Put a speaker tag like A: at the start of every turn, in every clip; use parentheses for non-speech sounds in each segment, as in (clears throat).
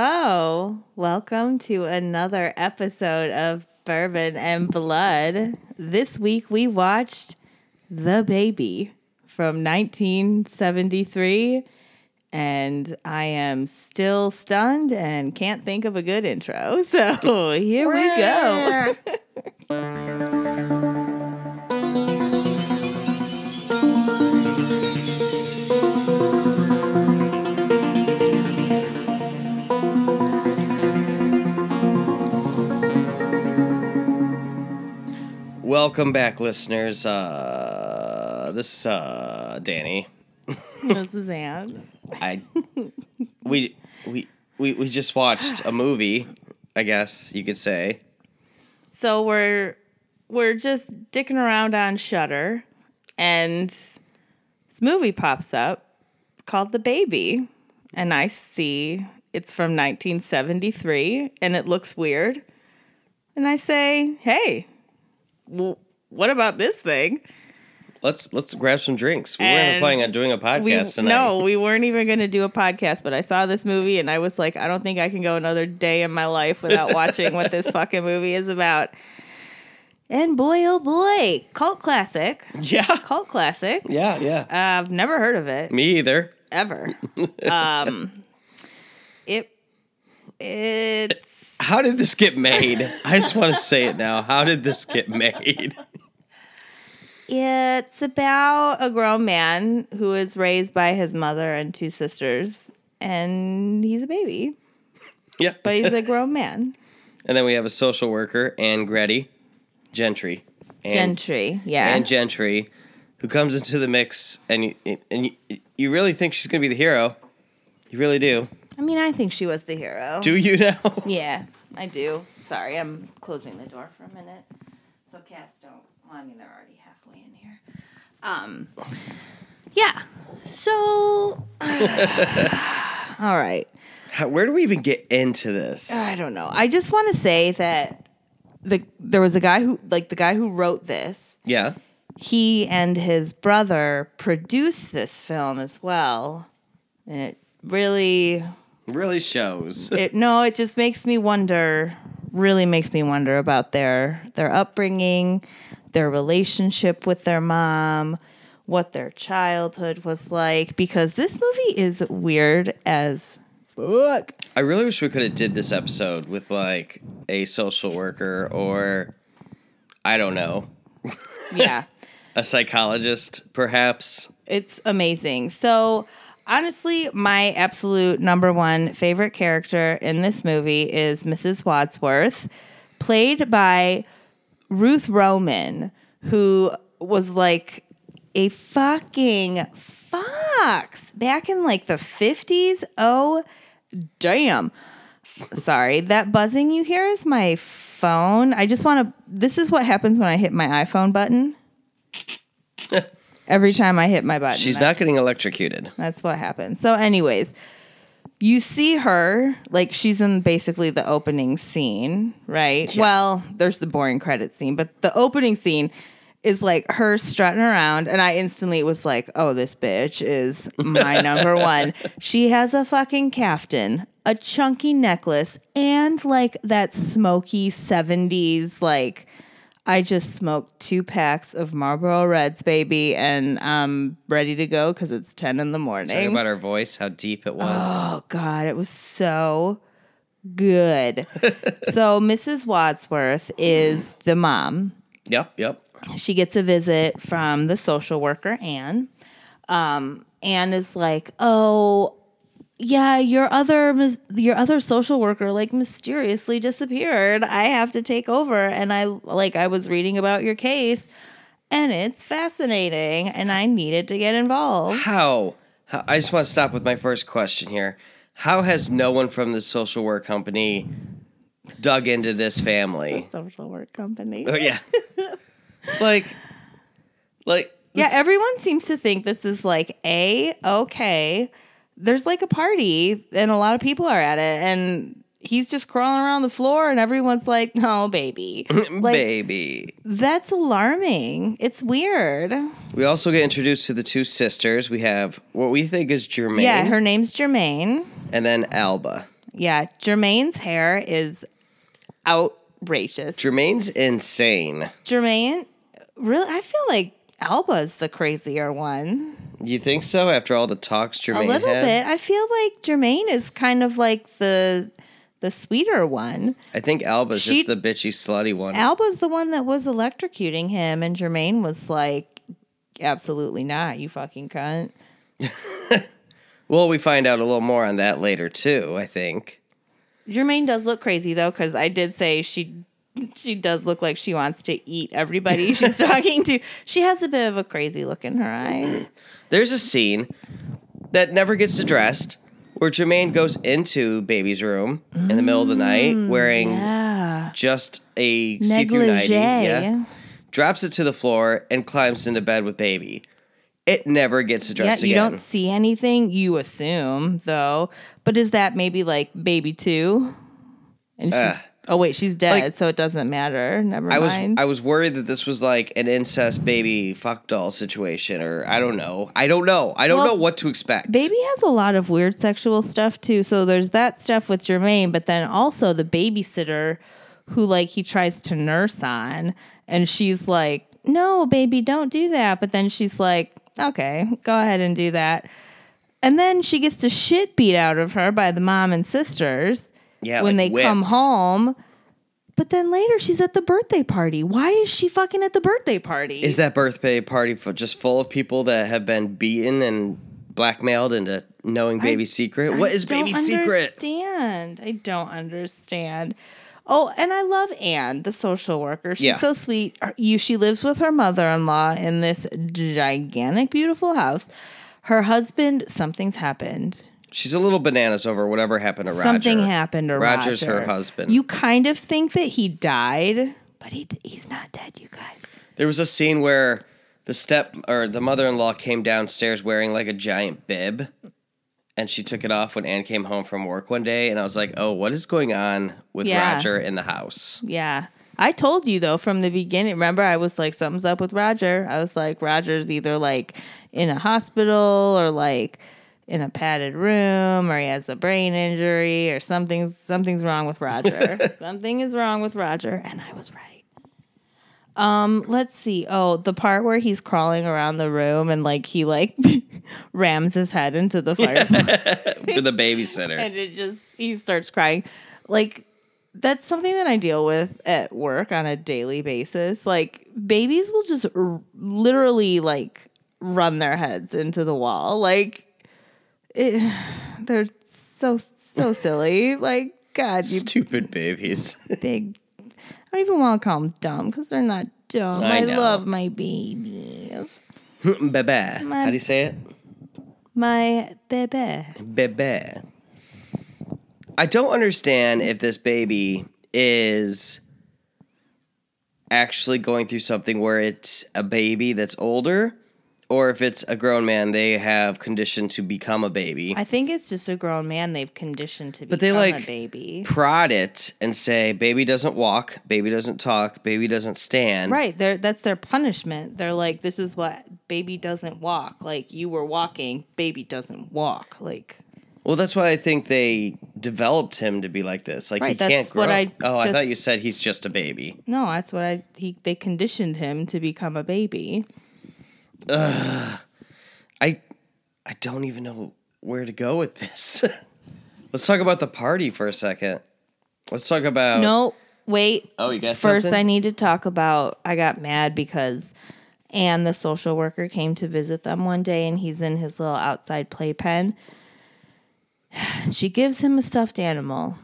A: Hello. Welcome to another episode of Bourbon and Blood. This week we watched The Baby from 1973, and I am still stunned and can't think of a good intro. (laughs) So here we go.
B: Welcome back, listeners. Uh, this is uh, Danny.
A: (laughs) this is Anne. (laughs)
B: I we we we we just watched a movie. I guess you could say.
A: So we're we're just dicking around on Shutter, and this movie pops up called The Baby, and I see it's from 1973, and it looks weird, and I say, "Hey, w- what about this thing?"
B: Let's let's grab some drinks. We
A: And
B: weren't planning on doing a
A: We,
B: podcast tonight.
A: no, we weren't even going to do a podcast, but I saw this movie and I was like, I don't think I can go another day in my life
B: (laughs)
A: without watching what this fucking movie is about. And boy, oh boy, cult classic,
B: (laughs) Yeah.
A: cult classic.
B: Yeah. Yeah.
A: Uh, I've never heard of it
B: Me either. (laughs)
A: ever. um, it it's
B: How did this get made? I just want to say it now. How did this get made? (laughs)
A: It's about a grown man who is raised by his mother and two sisters, and he's a baby,
B: Yeah.
A: but he's a grown man.
B: And then we have a social worker, Anne Gretty, Gentry. Anne-
A: Gentry, yeah.
B: (laughs) and Gentry, who comes into the mix, and you, and you, you really think she's gonna be the hero. You really do.
A: I mean, I think she was the hero.
B: Do you (laughs) now?
A: yeah, I do. Sorry, I'm closing the door for a minute, so cats don't. Well, I mean, they're already halfway in here. Um, yeah. So, (sighs) all right.
B: How, where do we even get into this?
A: I don't know. I just want to say that the there was a guy who like the guy who wrote this.
B: Yeah.
A: He and his brother produced this film as well, and it really
B: Really shows.
A: it no, it just makes me wonder. Really makes me wonder about their their upbringing, their relationship with their mom, what their childhood was like. Because this movie is weird as fuck.
B: I really wish we could have did this episode with like a social worker or I don't know,
A: Yeah.
B: a psychologist perhaps.
A: It's amazing. So, honestly, my absolute number one favorite character in this movie is Mrs. Wadsworth, played by Ruth Roman, who was like a fucking fox back in like the 50s. Oh, damn. Sorry, that buzzing you hear is my phone. I just want to. This is what happens when I hit my iPhone button.
B: (laughs)
A: Every time I hit my button,
B: She's not getting electrocuted.
A: that's what happened. So, anyways, you see her, like she's in basically the opening scene, right? Well, there's the boring credit scene, but the opening scene is like her strutting around, and I instantly was like, oh, this bitch is my number one. She has a fucking caftan, a chunky necklace, and like that smoky 70s, like. I just smoked two packs of Marlboro Reds, baby, and I'm ready to go because it's 10 in the
B: Talk
A: morning.
B: about her voice, how deep it (gasps) was.
A: Oh God, it was so good. so Mrs. Wadsworth is the mom.
B: yep, yep.
A: She gets a visit from the social worker Anne. Um, Anne is like, "Oh, yeah, your other mis- your other social worker like mysteriously disappeared. I have to take over." And I like I was reading about your case, and it's fascinating, and I needed to get
B: (laughs)
A: involved.
B: How? how? I just want to stop with my first question here. How has no one from the social work company dug into this family?
A: Social work company.
B: (laughs) Oh yeah, like, like
A: Yeah,
B: this-
A: everyone seems to think this is like a okay. There's like a party and a lot of people are at it and he's just crawling around the floor and everyone's like, "No, baby." like
B: baby.
A: that's alarming. It's weird.
B: We also get introduced to the two sisters. We have what we think is Jermaine,
A: Yeah, her name's Jermaine.
B: and then Alba.
A: Yeah, Jermaine's hair is outrageous.
B: Jermaine's insane.
A: Jermaine, really, I feel like Alba's the crazier one.
B: You think so? After all the talks Jermaine
A: A little
B: had,
A: bit. I feel like Jermaine is kind of like the the sweeter one.
B: I think Alba's
A: She-
B: just the bitchy, slutty one.
A: Alba's the one that was electrocuting him, and Jermaine was like, absolutely not, you fucking cunt.
B: well, we find out a little more on that later too. I think.
A: Jermaine does look crazy though, because I did say she she does look like she wants to eat (laughs) everybody she's talking to. She has a bit of a crazy look in her
B: (clears throat)
A: eyes.
B: There's a scene that never gets addressed where Jermaine goes into Baby's room in the middle of the night wearing
A: Mm, Yeah.
B: just a see-through
A: Negligee.
B: nightie, yeah, drops it to the floor and climbs into bed with Baby. It never gets
A: Yeah,
B: addressed
A: you
B: again.
A: don't see anything, you assume though. But is that maybe like baby two? And she's
B: Ugh.
A: oh wait, she's dead,
B: Uh, Like-
A: so it doesn't matter. Never
B: I was
A: mind.
B: I was worried that this was like an incest baby fuck doll situation, or I don't know. I don't know. I don't
A: Well,
B: know what to expect.
A: Baby has a lot of weird sexual stuff too. So there's that stuff with Jermaine, but then also the babysitter who like he tries to nurse on and she's like, "No, baby, don't do that." But then she's like, "Okay, go ahead and do that." And then she gets the shit beat out of her by the mom and sisters
B: yeah,
A: when
B: like
A: they come
B: whipped.
A: home. But then later she's at the birthday party. Why is she fucking at the birthday party?
B: Is that birthday party for just full of people that have been beaten and blackmailed into knowing baby's secret? what is
A: don't
B: baby's secret?
A: Understand? I don't understand. Oh, and I love Anne, the social worker. She's
B: Yeah.
A: so sweet. Her- You, she lives with her mother-in-law in this gigantic, beautiful house. Her husband, something's happened.
B: She's a little bananas over whatever happened to Roger.
A: Something happened to
B: Roger's
A: Roger.
B: her husband.
A: You kind of think that he died, but he he's not dead. You guys.
B: There was a scene where the step or the mother-in-law came downstairs wearing like a giant bib and she took it off when Anne came home from work one day and I was like, "Oh, what is going on with
A: Yeah.
B: Roger in the house?"
A: Yeah. I told you though from the beginning. Remember, I was like, something's up with Roger. I was like, Roger's either like in a hospital or like in a padded room or he has a brain injury or something's something's wrong with Roger. Something is wrong with Roger. And I was right. Um, let's see. Oh, the part where he's crawling around the room and like he like (laughs) rams his head into the fireplace
B: For the (laughs)
A: (laughs)
B: babysitter.
A: and it just he starts crying like that's something that i deal with at work on a daily basis like babies will just r- literally like run their heads into the wall like it, (sighs) they're so
B: (laughs)
A: so silly like god you
B: Stupid babies. (laughs)
A: big i don't even want to call them dumb because they're not dumb
B: I
A: i,
B: know.
A: love my babies
B: Bebe. How do you say it?
A: my baby
B: Mm. Bebe. I don't understand if this baby is actually going through something where it's a baby that's older or if it's a grown man they have conditioned to become a baby.
A: i think it's just a grown man they've conditioned to be
B: they, like,
A: a baby
B: prod it and say baby doesn't walk, baby doesn't talk, baby doesn't stand.
A: Right. They're, that's their punishment. They're like, this is what baby doesn't walk. Like, you were walking, baby doesn't walk. Like,
B: Well, that's why I think they developed him to be like this. Like he
A: Right, that's
B: can't grow.
A: what I
B: oh, I
A: just-
B: thought you said he's just a baby.
A: no, that's what I, he, they conditioned him to become a baby.
B: I I don't even know where to go with this. (laughs) Let's talk about the party for a second. Let's talk about
A: No, wait.
B: Oh, you got
A: First,
B: something?
A: I need to talk about, I got mad because Anne, the social worker, came to visit them one day and he's in his little outside playpen. (sighs) She gives him a stuffed animal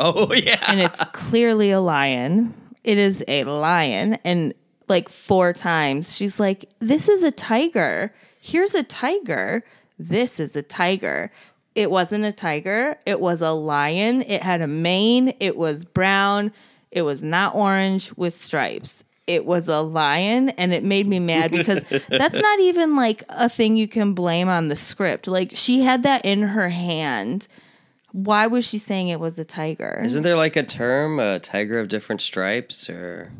B: Oh (laughs) yeah.
A: and it's clearly a lion. It is a lion. And like four times, she's like, This is a tiger. Here's a tiger. This is a tiger. It wasn't a tiger. It was a lion. It had a mane. It was brown. It was not orange with stripes. It was a lion. And it made me mad because that's not even like a thing you can blame on the script. Like she had that in her hand. Why was she saying it was a tiger?
B: Isn't there like a term, a tiger of different stripes or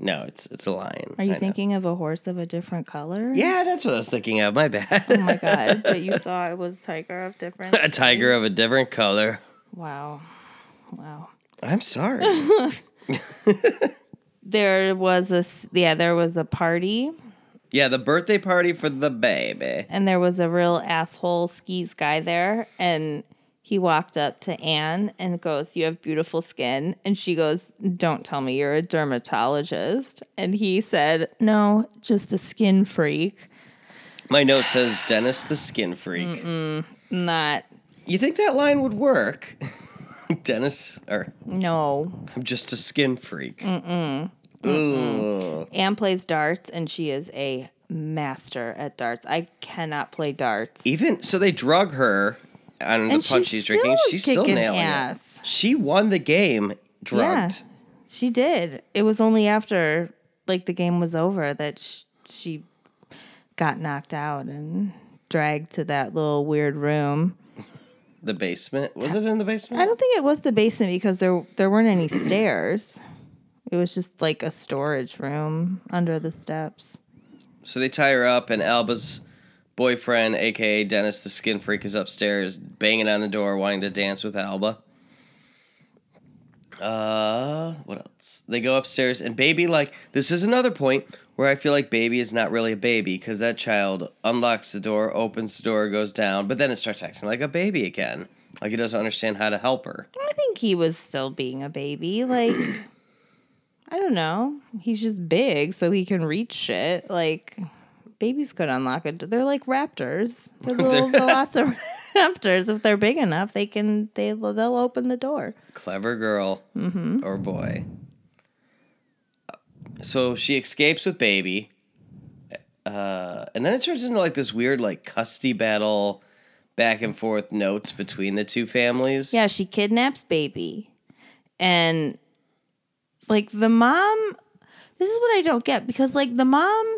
B: No, it's it's a lion.
A: Are you
B: I know.
A: thinking of a horse of a different color?
B: Yeah, that's what I was thinking of. My bad. (laughs)
A: Oh my god! But you thought it was tiger of different.
B: a tiger of a different color.
A: Wow. Wow. (laughs)
B: I'm sorry.
A: There was a s- yeah, there was a party
B: yeah, the birthday party for the baby.
A: and there was a real asshole skis guy there and he walked up to Anne and goes, "You have beautiful skin." And she goes, "Don't tell me you're a dermatologist." And he said, "No, just a skin freak."
B: My note says Dennis the skin freak.
A: Not
B: You think that line would work? (laughs) Dennis, or
A: no.
B: I'm just a skin freak. Mm-mm. Ugh.
A: Anne plays darts and she is a master at darts. I cannot play darts.
B: Even so, they drug her on the
A: And
B: punch
A: she's
B: she's drinking.
A: still
B: She's still
A: kicking
B: nailing
A: ass.
B: it. She won the game drugged.
A: She did. It was only after like the game was over that sh- she got knocked out and dragged to that little weird room.
B: The basement was it in the
A: I
B: basement?
A: don't think it was the basement because there there weren't any stairs. It was just like a storage room under the steps.
B: So they tie her up, and Alba's boyfriend, aka Dennis the skin freak, is upstairs banging on the door, wanting to dance with Alba. Uh, what else? They go upstairs, and Baby, like, this is another point where I feel like Baby is not really a baby because that child unlocks the door, opens the door, goes down, but then it starts acting like a baby again. Like, it doesn't understand how to help her.
A: I think he was still being a baby. Like I don't know. He's just big so he can reach shit. Like babies could unlock it. They're like raptors. They're little velociraptors. If they're big enough, they can they they'll open the door.
B: Clever girl or boy. So she escapes with baby. Uh, and then it turns into like this weird like custody battle back and forth notes between the two families.
A: Yeah, she kidnaps baby. And like the mom, this is what I don't get because like the mom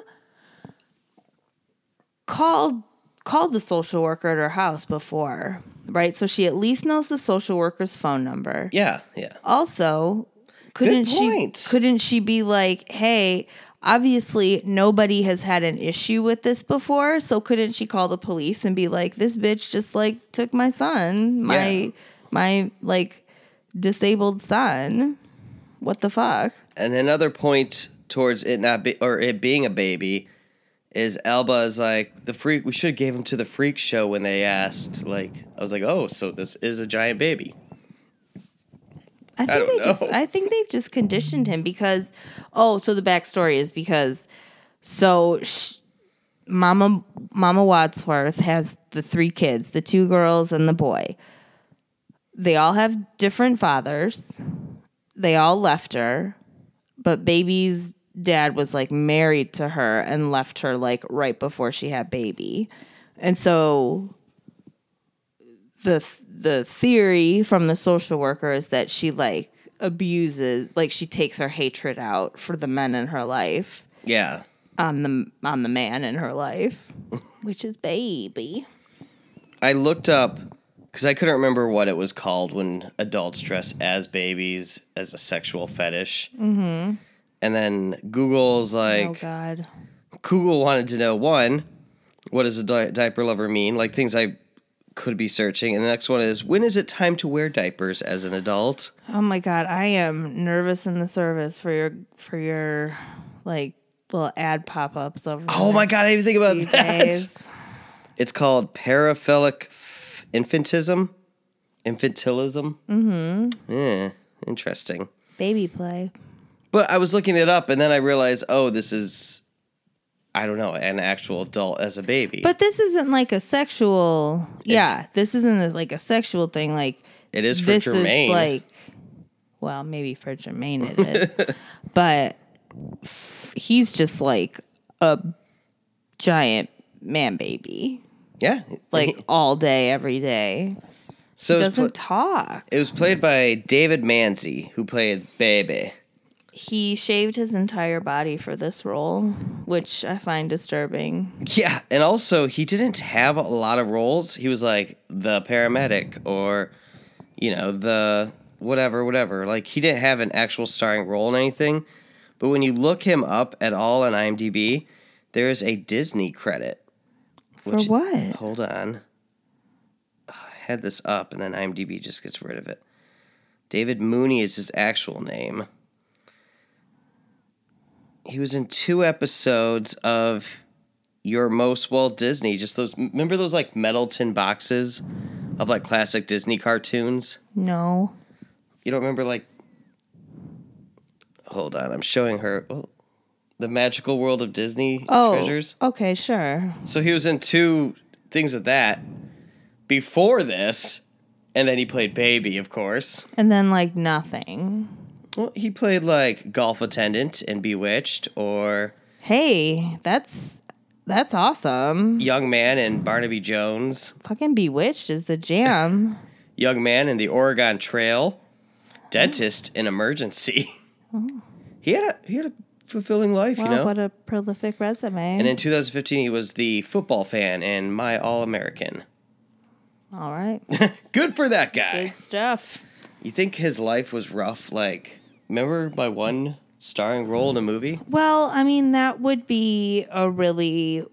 A: called called the social worker at her house before, right? So she at least knows the social worker's phone number.
B: Yeah, yeah.
A: Also, couldn't she
B: point.
A: couldn't she be like, "Hey, obviously nobody has had an issue with this before, so couldn't she call the police and be like, this bitch just like took my son, my
B: Yeah.
A: my like disabled son. What the fuck?"
B: And another point towards it not be or it being a baby is Alba is like the freak we should have gave him to the freak show when they asked like I was like, "Oh, so this is a giant baby."
A: I think
B: don't
A: they
B: know.
A: just I think they've just conditioned him because oh, so the backstory is because so sh- Mama Mama Wadsworth has the three kids, the two girls and the boy. They all have different fathers. They all left her, but baby's dad was like married to her and left her like right before she had baby. And so the the theory from the social worker is that she like abuses like she takes her hatred out for the men in her life
B: Yeah.
A: on the on the man in her life which is baby
B: I looked up because I couldn't remember what it was called when adults dress as babies as a sexual fetish. Mm-hmm. And then Google's
A: oh
B: like,
A: god
B: Google wanted to know one, what does a di- diaper lover mean? Like things I could be searching. And the next one is, when is it time to wear diapers as an adult?
A: oh my god i am nervous in the service for your for your like little ad pop-ups over the
B: Oh my
A: next
B: God, (laughs) I didn't think
A: few
B: about that.
A: days.
B: It's called paraphilic f- infantism. Infantilism. Mm-hmm. Yeah, interesting.
A: baby play
B: But I was looking it up and then I realized, oh, this is I don't know, an actual adult as a baby.
A: but this isn't like a sexual yeah this isn't like a sexual thing like
B: it is for Jermaine.
A: Is like, well, maybe for Jermaine it
B: (laughs)
A: is, but he's just like a giant man baby,
B: yeah. (laughs)
A: like all day, every day.
B: so it was,
A: Doesn't
B: pl-
A: talk.
B: it was played by David Manzi, who played Baby.
A: He shaved his entire body for this role, which I find disturbing.
B: Yeah, and also he didn't have a lot of roles. He was like the paramedic or you know, the whatever, whatever. Like he didn't have an actual starring role in anything. But when you look him up at all on IMDb, there is a Disney credit.
A: For what?
B: Hold on. Oh, I had this up, and then IMDb just gets rid of it. David Mooney is his actual name. He was in two episodes of Your Most Walt Disney. Just those, remember those like metal tin boxes of like classic Disney cartoons?
A: No.
B: You don't remember like hold on i'm showing her oh, the magical world of disney
A: Oh.
B: treasures
A: Okay, sure.
B: so he was in two things of that before this and then he played baby of course
A: And then like nothing.
B: well he played like golf attendant in bewitched or
A: Hey, that's that's awesome.
B: young man in barnaby jones
A: Fucking Bewitched is the jam.
B: young man in the oregon trail dentist in emergency (laughs) he had a he had a fulfilling life
A: wow,
B: you know
A: what a prolific resume.
B: and in 2015 he was the football fan and my all-american
A: All right.
B: (laughs) Good for that guy. (laughs)
A: Good stuff.
B: You think his life was rough? Like, remember my one starring role in a movie?
A: Well, I mean, that would be a really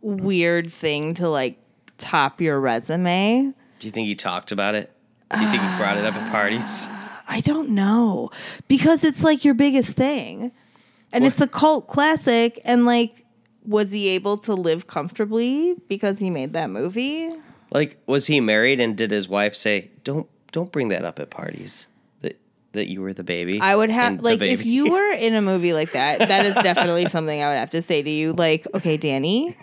A: weird thing to like top your resume.
B: Do you think he talked about it? Do you think he brought it up at
A: (sighs)
B: parties?
A: I don't know because it's like your biggest thing and it's a cult classic. And like, was he able to live comfortably because he made that movie?
B: Like, was he married and did his wife say, "Don't, don't bring that up at parties"? That that you were the baby.
A: I would have
B: and the
A: like if
B: baby. (laughs)
A: you were in a movie like that, that is definitely something I would have to say to you. Like, okay,
B: (laughs)
A: Danny,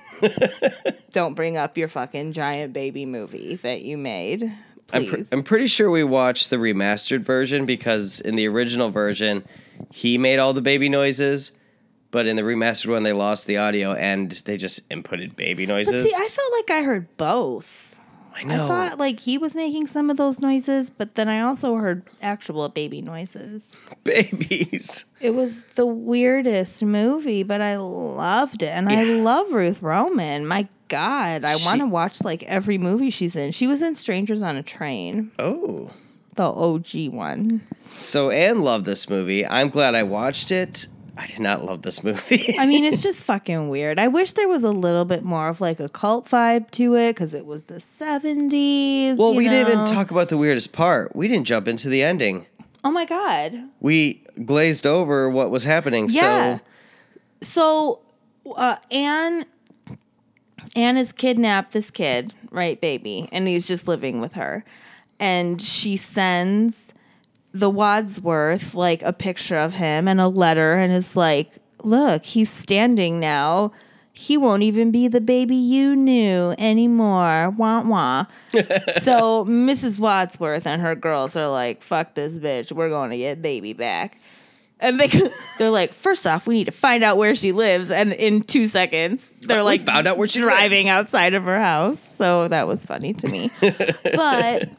A: don't bring up your fucking giant baby movie that you made.
B: I'm, pr-
A: Please.
B: I'm pretty sure we watched the remastered version because in the original version, he made all the baby noises, but in the remastered one, they lost the audio and they just inputted baby
A: but
B: noises.
A: see, I felt like I heard both.
B: I
A: I thought like he was making some of those noises, but then I also heard actual baby noises.
B: (laughs) babies.
A: It was the weirdest movie, but I loved it. And I love Ruth Roman. My God, I
B: She-
A: want to watch like every movie she's in. She was in Strangers on a Train,
B: Oh.
A: the OG one.
B: So Anne loved this movie. I'm glad I watched it. I did not love this movie.
A: I mean, it's just fucking weird. I wish there was a little bit more of like a cult vibe to it because it was the 70s.
B: well,
A: you
B: we didn't even
A: know?
B: talk about the weirdest part. We didn't jump into the ending.
A: Oh my God.
B: We glazed over what was happening.
A: Yeah.
B: So
A: So, uh, Anne, Anne has kidnapped this kid, right, baby, and he's just living with her, and she sends the Wadsworth like a picture of him and a letter, and is like, "Look, he's standing now." He won't even be the baby you knew anymore. Wah
B: (laughs)
A: wah. so Mrs. Wadsworth and her girls are like, "Fuck this bitch. We're going to get baby back." And they, (laughs) they're like, first off, we need to find out where she lives. And in two seconds, they're
B: We
A: like,
B: found out where she
A: driving
B: lives.
A: outside of her house. So that was funny to
B: (laughs)
A: me. but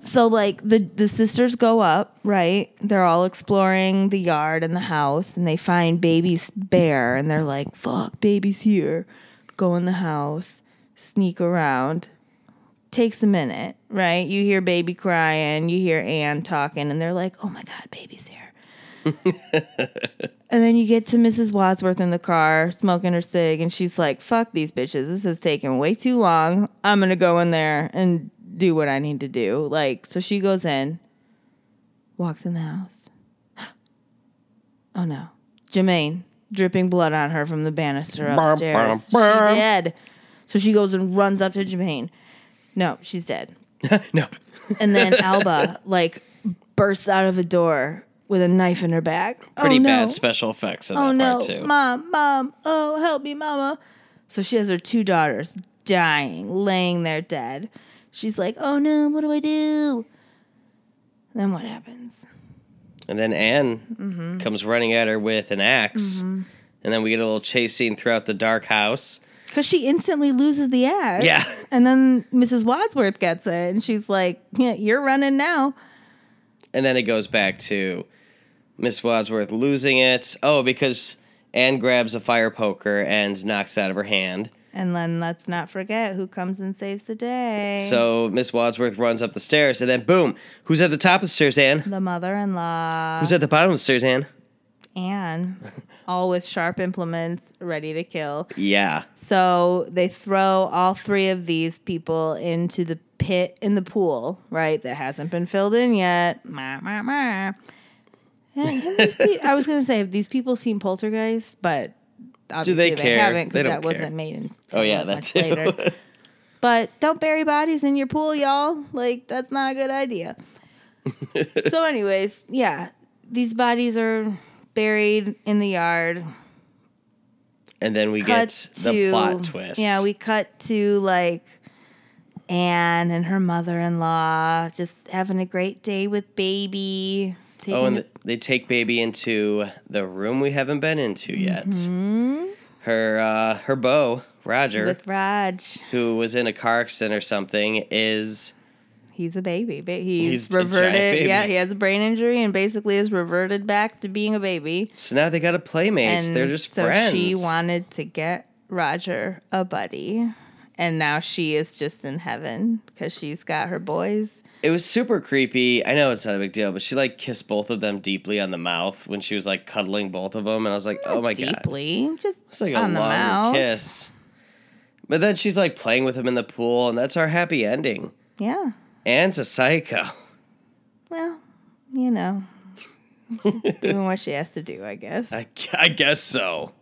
A: so like the the sisters go up, right? They're all exploring the yard and the house, and they find baby's bear, and they're like, "Fuck, baby's here." Go in the house, sneak around, takes a minute, right? You hear baby crying, you hear Anne talking, and they're like, oh my God, baby's here. and then you get to Mrs. Wadsworth in the car smoking her cig, and she's like, fuck these bitches. This is taking way too long. I'm going to go in there and do what I need to do. Like, so she goes in, walks in the house. (gasps) oh no. Jermaine, dripping blood on her from the banister
B: Bum, bum,
A: upstairs.
B: bum.
A: She dead. So she goes and runs up to Jermaine. No, she's dead.
B: (laughs) no.
A: And
B: (laughs)
A: then Alba like bursts out of a door with a knife in her back.
B: Pretty
A: oh, no.
B: bad special effects in
A: Oh
B: that
A: no,
B: part too.
A: mom, mom, oh help me, mama. So she has her two daughters dying, laying there dead. She's like, oh no, what do I do? Then what happens?
B: and then Anne
A: Mm-hmm.
B: comes running at her with an axe. And then we get a little chase scene throughout the dark house.
A: Because she instantly loses the axe.
B: Yeah.
A: And then Mrs. Wadsworth gets it, and she's like, yeah, you're running now.
B: And then it goes back to Miss Wadsworth losing it. Oh, because Anne grabs a fire poker and knocks it out of her hand.
A: And then let's not forget who comes and saves the day.
B: So Miss Wadsworth runs up the stairs, and then boom, who's at the top of the stairs, Anne?
A: the mother-in-law
B: (laughs) Who's at the bottom of the stairs, Anne?
A: Anne, all with sharp implements, ready to kill.
B: Yeah.
A: So they throw all three of these people into the pit in the pool, right? That hasn't been filled in yet. Ma, ma, ma. And have Eh, these pe- I was going to say, have these people seen Poltergeist? But obviously
B: they
A: they,
B: care?
A: haven't
B: They
A: because
B: don't
A: that
B: care.
A: wasn't made in.
B: Oh yeah,
A: much
B: that's it. (laughs)
A: later. But don't bury bodies in your pool, y'all. Like, that's not a good
B: (laughs)
A: idea. so, anyways, yeah, these bodies are buried in the yard.
B: and then we get
A: Cut
B: the
A: to-
B: plot twist.
A: Yeah, we cut to like Anne and her mother in law just having a great day with baby. Taking
B: Oh, and
A: a-
B: th- they take baby into the room we haven't been into yet. Her uh, her beau Roger,
A: Mm-hmm. with Raj,
B: who was in a car accident or something, is
A: he's a baby. Ba- he's,
B: He's a giant
A: reverted.
B: baby.
A: Yeah, he has a brain injury and basically is reverted back to being a baby.
B: so now they got a playmates.
A: and
B: They're just
A: so
B: friends.
A: she wanted to get Roger a buddy, and now she is just in heaven because she's got her boys.
B: it was super creepy. I know it's not a big deal, but she like kissed both of them deeply on the mouth when she was like cuddling both of them, and I was like, oh my god,
A: deeply, just
B: it's like a
A: on the
B: long
A: mouth.
B: kiss. But then she's like playing with him in the pool, and that's our happy ending.
A: Yeah.
B: Anne's a psycho. (laughs)
A: Well, you know,
B: (laughs)
A: she's doing what she has to do, I guess.
B: I, gu- I guess so.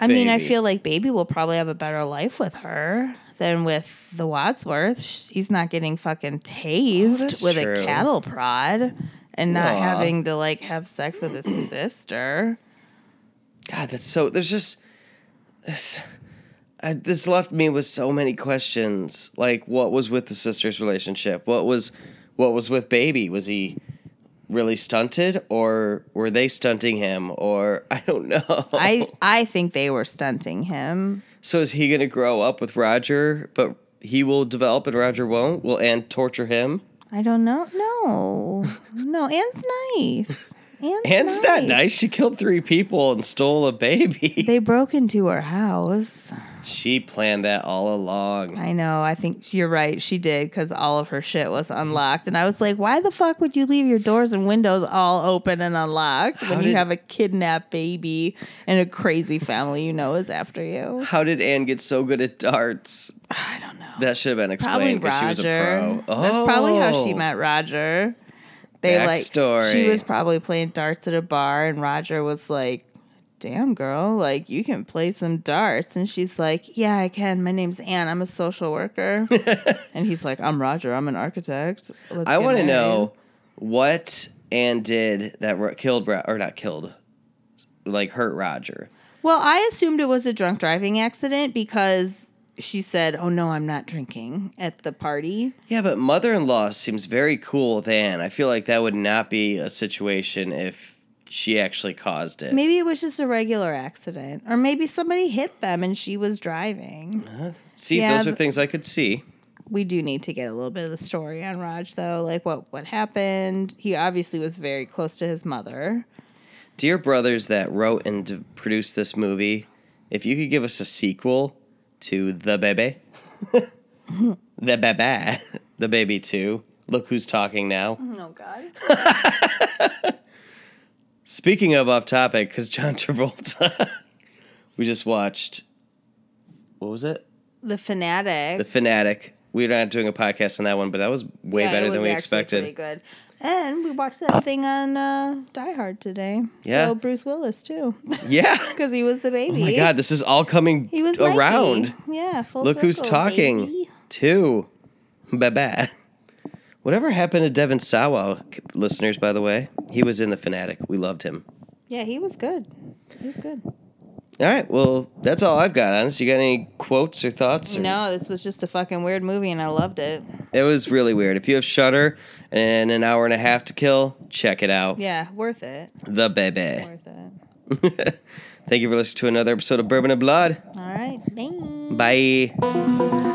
A: I mean, I
B: Baby.
A: feel like Baby will probably have a better life with her than with the Wadsworth. Sh- He's not getting fucking tased
B: Oh, that's
A: with a
B: true.
A: cattle prod and not
B: Aw.
A: having to like have sex with
B: (clears throat)
A: his sister.
B: God, that's so. There's just this. I, this left me with so many questions. Like, what was with the sisters' relationship? What was, what was with baby? Was he really stunted, or were they stunting him? Or (laughs) I don't know.
A: I I think they were stunting him.
B: so is he gonna grow up with Roger, but he will develop and Roger won't? Will Anne torture him?
A: I don't know. No, no. Anne's nice. Anne's,
B: Anne's not nice. She killed three people and stole a baby. (laughs)
A: They broke into her house.
B: she planned that all along.
A: I know. I think you're right. She did because all of her shit was unlocked. And I was like, why the fuck would you leave your doors and windows all open and unlocked when
B: How
A: you
B: did-
A: have a kidnapped baby and a crazy family you know is after you?
B: How did Anne get so good at darts?
A: I don't know.
B: That should have been
A: Probably
B: explained because
A: Roger.
B: she was a pro. Oh,
A: That's probably how she met Roger. They like
B: Backstory.
A: she was probably playing darts at a bar, and Roger was like, "Damn girl, like you can play some darts." And she's like, "Yeah, I can. My name's Anne. I'm a social worker."
B: (laughs)
A: and he's like, "I'm Roger. I'm an architect." Let's
B: Oh. I
A: get
B: want to
A: married."
B: know what Anne did that ro- killed Ro- or not killed, like hurt Roger.
A: Well, I assumed it was a drunk driving accident because she said, "Oh no, I'm not drinking" at the party.
B: Yeah, but mother-in-law seems very cool with Anne. I feel like that would not be a situation if she actually caused it.
A: Maybe it was just a regular accident, or maybe somebody hit them and she was driving.
B: See,
A: Yeah,
B: those are
A: th-
B: things I could see.
A: we do need to get a little bit of the story on Raj though, like what what happened. He obviously was very close to his mother.
B: Dear brothers that wrote and d- produced this movie, if you could give us a sequel to The Baby, (laughs) The Baby, (laughs) The Baby 2, Look Who's Talking Now.
A: Oh God.
B: Speaking of off topic, because John (laughs) Travolta, we just watched, what was it?
A: The
B: The
A: fanatic.
B: Fanatic. We're not doing a podcast on that one, but that was way
A: Yeah, it
B: better
A: was
B: than we
A: actually
B: expected.
A: Pretty good. And we watched that thing on uh, Die Hard today.
B: Yeah.
A: So Bruce Willis too, (laughs)
B: Yeah.
A: because he was the baby.
B: Oh my God, this is all coming
A: He was Mikey.
B: around.
A: Yeah. Full
B: Look who's
A: circle,
B: talking.
A: baby.
B: Two. Baba. Whatever happened to Devin Sawa, listeners, by the way? He was in The Fanatic. We loved him.
A: Yeah, he was good. He was good.
B: All right. Well, that's all I've got on us. You got any quotes or thoughts? Or...
A: No, this was just a fucking weird movie, and I loved it.
B: It was really weird. If you have Shutter and an hour and a half to kill, check it out.
A: Yeah, worth it.
B: The Bebe. (laughs)
A: Worth it.
B: Thank you for listening to another episode of Bourbon and Blood.
A: All right. Bye.
B: Bye.
A: Bye.